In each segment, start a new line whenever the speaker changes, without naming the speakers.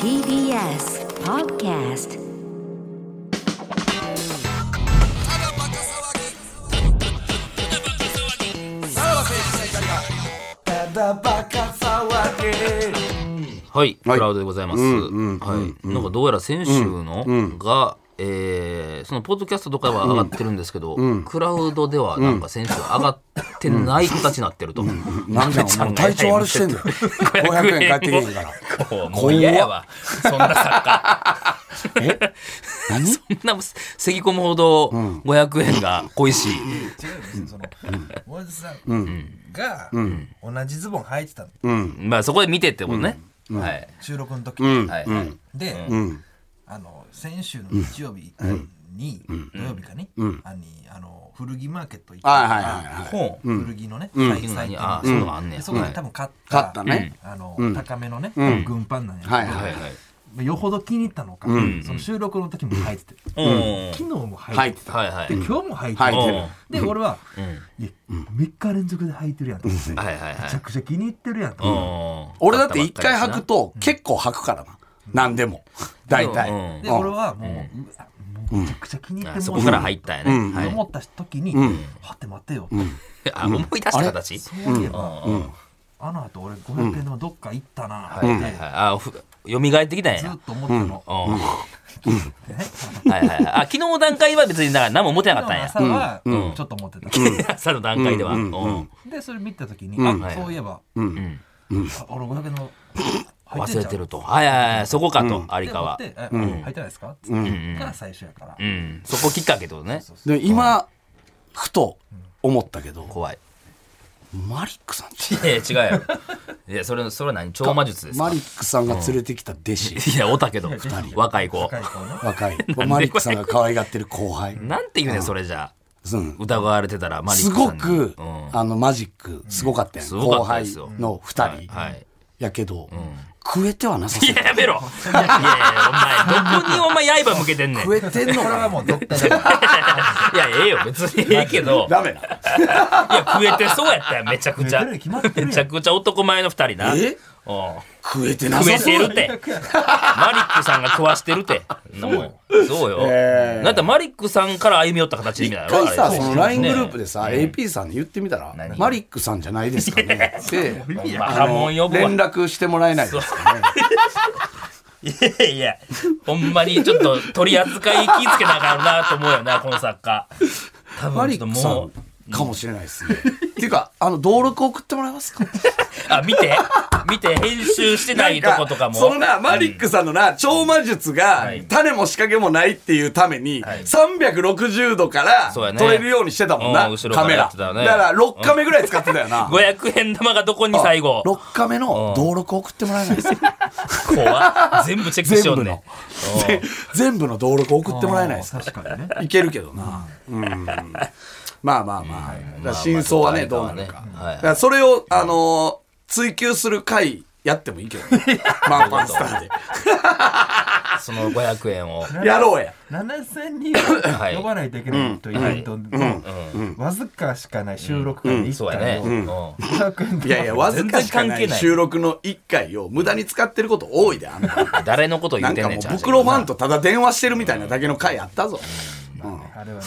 TBS Podcast
はい、
Hey.
はい
クラウドでございます。
うんうん
はい、なんかどうやら先週のが、えーそのポッドキャストとかは上がってるんですけど、クラウドではなんか先週上がってない形 になってると。
なんだよお前体調悪してんだよ500円返ってけへんから
ら。もう嫌やわ。そんなさ、
何
そんなせぎ込むほど500円が恋しい。
違うんですよその森田さんが同じズボン履いてたの
まあそこで見てってことね。はい。
収録の時
うん
はい。
であの先週の日曜日に土曜日かねあにあの古着マーケット行って
はいはいはいはい
ほう。
古着のね最
今に
最
あ、
近
そういうのがあんね
で
や。
そこ
は
で
い
多分買っ
買ったたね
あの高めのね軍パンなんやけど
はいはい
はいはい。
まあよほど気に入ったのかその収録の時も履いてて
うん。
昨日も
入
履
っ
いて
て
て
た
はいはい。
で今日も履
履
い
い
て
てる
てで俺は
うん。
いや3日連続で履いてるやんと思ってめ
はいはいはい
ちゃ。くちゃ気に入ってるやんと
う
思って
ん
俺だって一回履くと結構履くからな何でも大体
うん
で
うん
俺はもう,うわ、もうめちゃくちゃ気に入って
あ
も
そうこから入ったんやね。
うん
はい
思った時に、はて待てよって、
あ思い出した形
そういえば、
うんはい
あの後俺500円のどっか行ったなって、
はいはいあふ蘇ってきたん
ずっ
や。
と思ってたの、
うん はいはいはいあ昨日の段階は別にだから何も持てなかったんや
朝。は、
うん
ちょっと思ってた、
朝の段階では。
う
うん
うんうん
ん
でそれ見た時に、
ん
あそういえば、
うん
あ俺500円の入
忘れてる
っ
と。はいはいはいそこかと有
て
川
思っ。てえ入ってないですかって言ってから最初やから、
うんそこきっかけってことね。
で今ふと思ったけど
怖い。
マリックさんち
いや違うやろ。いやそれそれは何超魔術です
マ
か。
リックさんが連れてきた弟子
いやおたけど若い子。
若い子ね
若いマリックさんが可愛がってる後輩
なんて言うねんそれじゃ
うん
疑われてたらマリッ
す
クさ
ご
んに
く、
うん
あのマジックすごかったやん、
すごか
後
ったで
輩
すよ
の2人、
はいはい
やけど、食えてはなさそ
いうや、やめろ。いやいやいや、お前、どこにお前刃向けてんねん。い
食えてんの
これは
か
もう絶対だから
や、ええよ、別にええけど。
ダメだ
いや、食えてそうやったよ、めちゃくちゃ。
食えてるに決まってるやん
めちゃくちゃ男前の二人な。
え
お
食えて
う
な
食え
さそ
て
う
るって。マリックさんが食わしてるって。もうそうよ。
ええ
なんだマリックさんから歩み寄った形みたいな
一
のある
回さ
ね
その LINE グループでさ、AP さんに言ってみたら「マリックさんじゃないですかね」って
まあ
あ
波
の
紋呼ぶわ
連絡してもらえないですかね
いやいや、ほんまにちょっと取り扱い気ぃつけなあかんなと思うよな、この作家。多
マ
分ちょ
リ
っと
ックさ
も
ん
う。
かもしれないですねっていうかあの登録送ってもらえ ますか
あ、見て、見て、編集してないとことかも。
そのな、マリックさんのな、超魔術が
はい、
種も仕掛けもないっていうために、360度から
そうやね
撮れるようにしてたもんな
うん、後ろから
カメ
や
ラ。
ってたよね
だから、6カメぐらい使ってたよ な。
500円玉がどこに最後
6カメの登録送ってもらえないですか
怖っ全部チェックし
全
よう
部
ね
の。ぜ全部の登録送ってもらえないですか
確かにね
いけるけどな。うんまあまあまあ。だから 真相はね、どうなるか。
はい
だからそれを、あのー、追求する回、やってもいいけどね。マンパンスターで。
その500円を
やろうや。
7000
い
人呼ばないといけないというイベントのわずかしかない収録会で1
そうや
回
ね、
を
うん
500円
いやいや、わずかしか
全然関
な
係
い
ない
収録の1回を無駄に使ってること多いで、あんな。
誰のこと言
な
っ
ん
てん
か
ね
もう、
んちゃんと
袋マンとただ電話してるみたいなだけの回あったぞ。
あれはね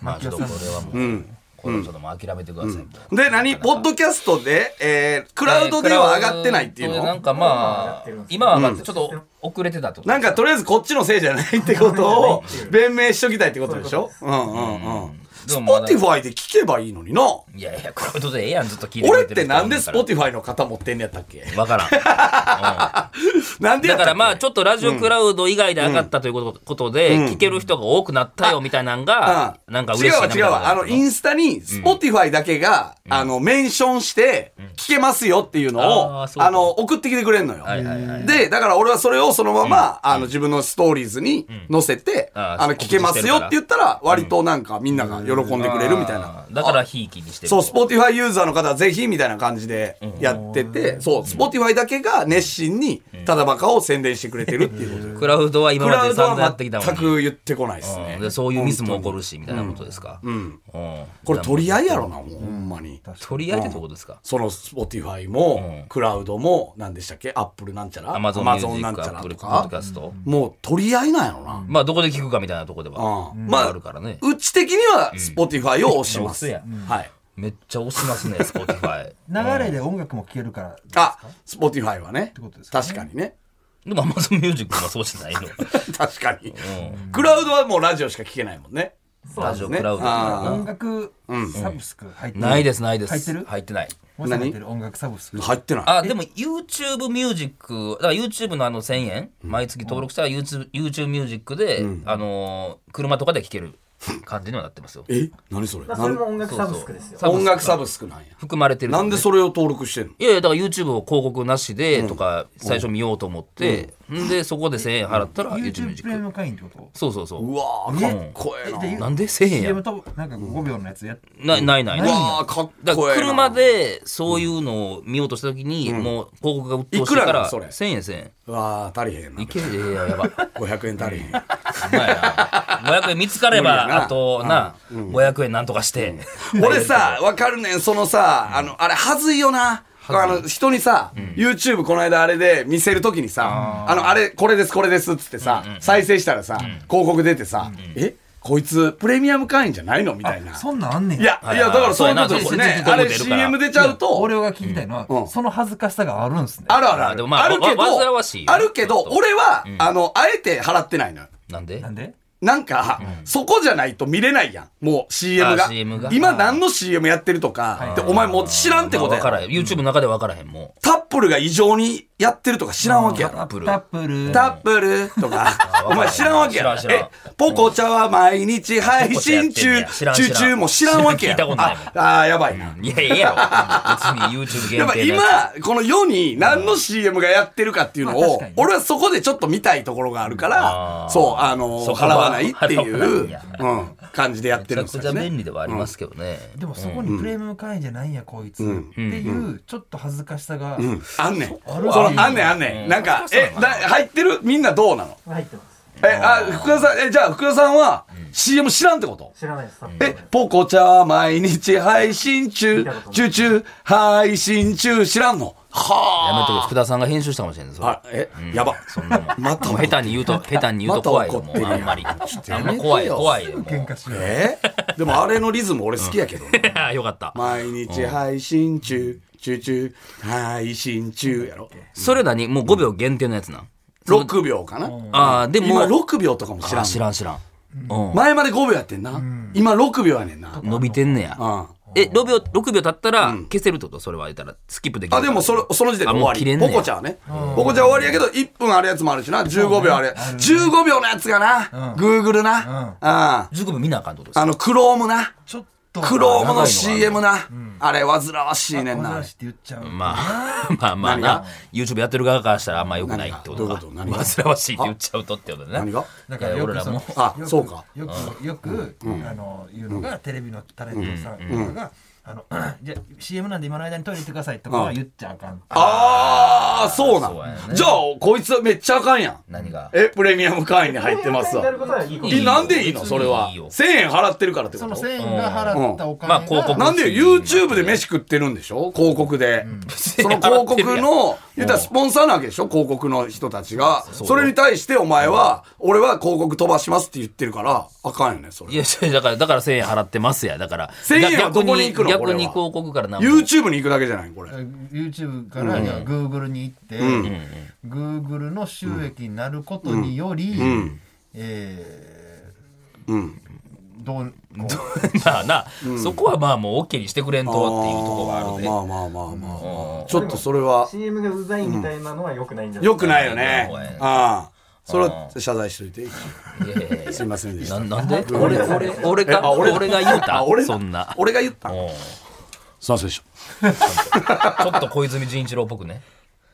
まあちょっとこれはもう、これちょっともう諦めてください、
で、何ポッドキャストで、えー、クラウドでは上がってないっていう
クラウドでなん
の
かまあ今は上がってちょっと遅れてたってこと
なんかとりあえずこっちのせいじゃないってことを弁明しときたいってことでしょうんうんうん。
で
ス
もま
ポ
だ
ティファイで聞けばいいのにな。
いやいやクラウドでええやんずっと聞いてく
俺
れ
って
る
てなんでスポ
ィ
ティファイの方持ってんのやったっけ
わからん、うん
なんでやったっけ
だからまあちょっとラジオクラウド以外で上がったということことで、聞ける人が多くなったよみたいなんが、なんか嬉しい
違う
な
わ
みたい
違う
な
わあのインスタに Spotify だけが、あのメンションして聞けますよっていうのを、
あーそうか
あの送ってきてくれんのよ、
いはいは
でだから俺はそれをそのまま、あの自分のストーリーズに載せて、
あー
あの聞けますよって言ったら割となんかみんなが喜んでくれるみたいな、
あーだからひいきにしてる
そう、Spotify ユーザーの方はぜひみたいな感じでやってて、そう、Spotify だけが熱心にただバカを宣伝してくれてるっていうことよ
クラウドは今
ク
ま
ラ
で
ウド
散々やっ
は
てきたも
全
んね
く言ってこないです
う
ね
んでそういうミスも起こるしみたいなことですか、うん
これ取り合いやろ
な
なもうほんまに
取り合いってどういうことですか
その Spotify もクラウドも何でしたっけアップルなんちゃら
アマゾンミュージ
Amazon
ッ
なん
ク
ち
ア
ゃ
ッ
ら
プル
と
ポッド
か
キャスト
もう取り合いなんやろな
まあどこで聞くかみたいなとこでは
うん
まああるからね
うち的には Spotify を押します
うん押
はい
めっちゃ押しますね Spotify
流れで音楽も聴けるから
あ Spotify はね
ことですかね
確かにね
でも Amazon ミュージックはそうじゃないの
確かにクラウドはもうラジオしか聞けないもんね
ラジオクラウド
あ
音楽サブスク入ってる
ないですないです
入ってる
入ってない
もし入ってる音楽サブスク
入ってない
あでも YouTube ミュージックだから YouTube のあの1000円毎月登録したら YouTube, YouTube ミュージックで、あのー車とかで聴ける感じにはなってますよ
え何それ
それ
なん
も音楽サブスクですよ。
そうそう
音楽サブスクなんや
含まれてる
なんでそれを登録してんの
いやいやだから YouTube を広告なしでとか最初見ようと思って、んでそこで1000円払ったら YouTube ミュージ
YouTube
ッ
プ
ク
レミアム会員ってこ
そうそうそうう
わーかっこええな
と
なんで1000円や
CM となんか5秒のやつやっ
なないないない
わあかっ
だか
こえ
ら
えな
車でそういうのを見ようとした時に、もう広告がうっとうしいか
いくらな
ら
んそれ
1000円1000
うわー足りへん
円
ない
けるいやいややば
500円足りへん
お前な500円見つかれ
無理やな
ばあとな500円なんとかして、
俺さ、わかるねん、そのさ、あの、あれ、はずいよな。あの、人にさ、YouTube この間あれで見せるときにさ、あの、あれ、これです、これですっつってさ、再生したらさ、広告出てさ、えこいつ、プレミアム会員じゃないのみたいな。
そんなんあんねん
いや、いや、だからそういうことです
そうや
ね
な。
あれ、
全然全然
CM 出ちゃうと、
俺が聞きたいのは、その恥ずかしさがあるんすね
あるあるあ
あで
る。
もまあ
あるけど
わ煩わしい、よ
あるけど、俺は、あの、あえて払ってないのよ。
なんで
なんで
なんか、そこじゃないと見れないやん。もう CM
あ
が。
ー CM が
今何の CM やってるとか、でお前もう知らんってことや
まあ分か
ん。
らへん YouTube の中で分からへんも
タップルが異常にやってるとか知らんわけやろ。
ップル
タップル
タップルと か、お前知らんわけやろ。
知らん知らん
え、ポコチャは毎日配信中、
ポコ
チ
チャや
ュ
ってんねや知らん
ーチューも知らんわけや
知らん聞いたことない
ああー、やばいな。
ういやいややろ別に YouTube
や
限
っぱ
定の
今
やつ、
この世に何の CM がやってるかっていうの
まあ確
を
かにね、
俺はそこでちょっと見たいところがあるか
あ
ら、
ー
そう、あの
そ
ー、
こ
払
は
わないってい
払わないん
う
や、
うん、感じでやってるん
め
で
ち
す
ゃくちゃ
よね
便。利ではありますけどね、
でもそこにプレミアム会員じゃないんや、こいつ、っていうちょっと恥ずかしさが、
あんねん。そ
る
のあんねんあんねん。なんか、え、な入ってるみんなどうなの
入ってます。
え、あ、福田さん、え、じゃあ福田さんは CM 知らんってこと
知らないです。
え、ポコチャは毎日配信中
見たことな、い
チューチュー、配信中、知らんのは
やめとけ福田さんが編集したかもしれないです
あ。あ、え、やば。
そんなもん
また
もう下手に言うと下手に言うと怖いよもうあんまりあんま怖い怖いよもう
喧嘩しよう
えでもあれのリズム俺好きやけど。
よかった
毎日配信中、チューチュー、配信中やろ。
それ何もう5秒限定のやつなん
6秒かな。
ああでも
今6秒とかも知ら
あ
ん
知
の。
らん知らんうん
前まで5秒やってんな。今6秒やねんな。
伸びてんねや
うん。
え6秒6秒経ったら消せるってことそれは言ったらスキップできる
あ、でもそれ、その時点で
あ
終
もう
わ
切れ
り。
んね
ポ
や
コちゃんはね。ポコちゃんは終わりやけど、1分あるやつもあるしな。15秒ある。15秒のやつがな。Google な。あ
10秒見なあかんってことです
あ
か
の、Chrome な。
ちょっと
Chrome
長いのがあ
の
る
CM な。あれ、煩わしいねん
煩わ
な
しいっ。て言っちゃう、
まあ まあまあな YouTube やってる側からしたらあんまよくないってこと
何が
か
どういうこと何が
煩わしいって言っちゃうとってことね
何が
だ
だ
か
からら
よく
俺らも
そ
あ
よ、く
そうか。
よくよく、あの言うのが、テレビのタレントさんとかが、あの じゃあ CM なんで今の間にトイレ行ってくださいとかは言っちゃあかん
あー、そうな
そうや
ん。
ね
じゃあ、こいつめっちゃあかんやん。
何が
え、プレミアム会員に入ってますわ
や。ることはいいこと
い
え、
い
なんでいいの
別に
それはい
い。よ
1000円払ってるからってこ
その
と
1000円が払ったお金が、
うんまあ広告
なんで YouTube で飯食ってるんでしょ広告で。その広告の、言ったらスポンサーなわけでしょ広告の人たちが。それに対してお前は、俺は広告飛ばしますって言ってるから、あかんよね、そ
い
れ。
や、違うだから、だから1000円払ってますや。だから、
1000円はどこに行くの
逆
これ
に逆に
は
広告からなんも
YouTube に行くだけじゃないこれ。
YouTube から Google に行って、Google の収益になることにより、えーどうこう
まあな、そこはまあもう OK にしてくれんとっていうところはあるで。
まあまあまあまあまあ。ちょっとそれは、
CM がうざいみたいなのは良くないんじゃない
良くないよね
うんうん。
ああ。それは謝罪しといて。
いやいやいや
すいませんでした
な。な んで俺、俺、俺
え
か、
あ
俺
だ
が言う
あ
た
俺だ
そんな。
俺が言った。
うん
すいませんでした。
ちょっと小泉純一郎っぽくね。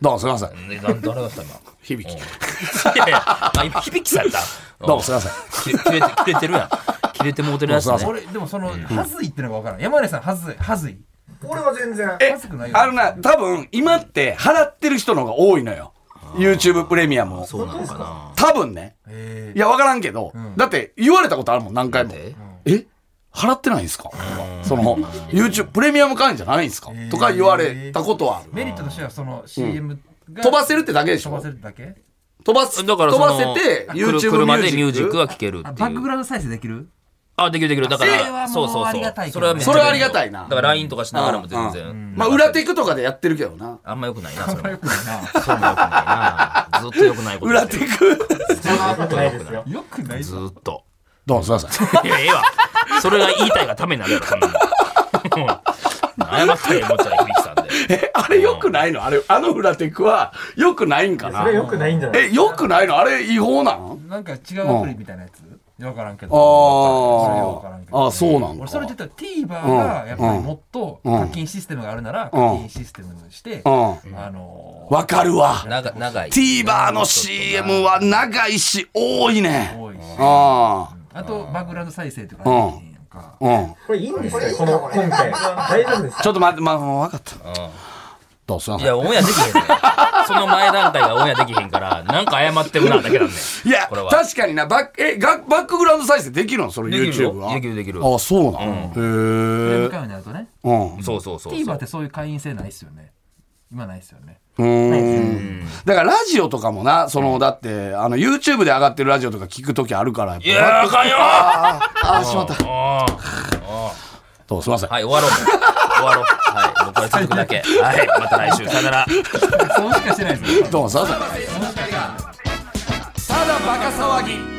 どうもすいません。
でな誰だった今。
響き。
いやいや、あ今響きされた。
どうもすいません。
切れ切れて切れてるやん。切れてもうてるやつね。
俺でもその、はずいってのが分からん山根さんはずいはずい
俺は全然。
え
恥ずくない、よ
あのな、多分、今って払ってる人の方が多いのよ。 YouTube プレミアムを。
そうなのかな
多分ね。いや、わからんけど、だって言われたことあるもん、何回も
なんで。
え払ってないんですかとかその、YouTube、プレミアム会員じゃないんですかとか言われたことはある。
メリットとしてはその CM が
飛ばせるってだけでし
飛ば
ょ
せるだけ
飛ばす、
だ
飛
からその
ばせて、
くる
YouTube
車でミュージック
は。
が聴けるって
あ
いう
バックグラウンド再生で きる
あできるできるだか
それはも
ら
う
そうそう
あ
そ
りがたいう
そ
けど
れはめっちゃ
それはありがたいな
だから LINE とかしながらも全然
まあ、裏テクとかでやってるけどな。
あんまよくないなそれも
よくない
そうもよくないなずっとよくないこと
裏テク。
良くないですよ。
な。よくない
ず
ぞ。
ーっと
どうぞ、すいません。
いやええわそれが言いたいがためになるからそんな の謝ったらええもんじゃない響さんで
え、 あれ良くないのあれ、あの裏テクは良くないんか
そ
な
れ良くないんじゃない
え、良くないのあれ違法なの
なんか違うアプリみたいなやつわからんけど。それはわからんけ
ああ、
ど
あ、そうなん
俺それ
だ
で。言ったら TVer がやっぱりもっと課金システムがあるなら課金システムにして、
うん
あの
わかるわ。
長長い
TVer の CM は長いし、多い
ー
ね。
多いし
あ
あとバックグラウンド再生とかできへんやんか、
あ、うん。
これいいんですかこの、今回。大丈夫です
ちょっと待って、まあ、分かった。どうすん
いや、オンエアできへんね ん。その前段階がオンエアできへんから、なんか謝ってるな、だけなんねん。
いや、
これは
確かにな、バック、え、がバックグラウンド再生できるのそれ
できるよ
YouTube は。
できるできる
あ、そうなの
フレー
へ
ム
え。
会員になるとね
うん。
そうそうそうそう。
TVer ってそういう会員制ないっすよね今ないっすよね
うーんだからラジオとかもな、その、だって、あの、YouTube で上がってるラジオとか聞くときあるから、
いやー、あかんよー
ああ、しまった。
あー
どうもすいません。
はい、終わろう。終わろう。はい、僕は続くだけ。はい、また来週。さよなら。
そうしかしてないですよ
どうもすいません。ただバカ騒ぎ。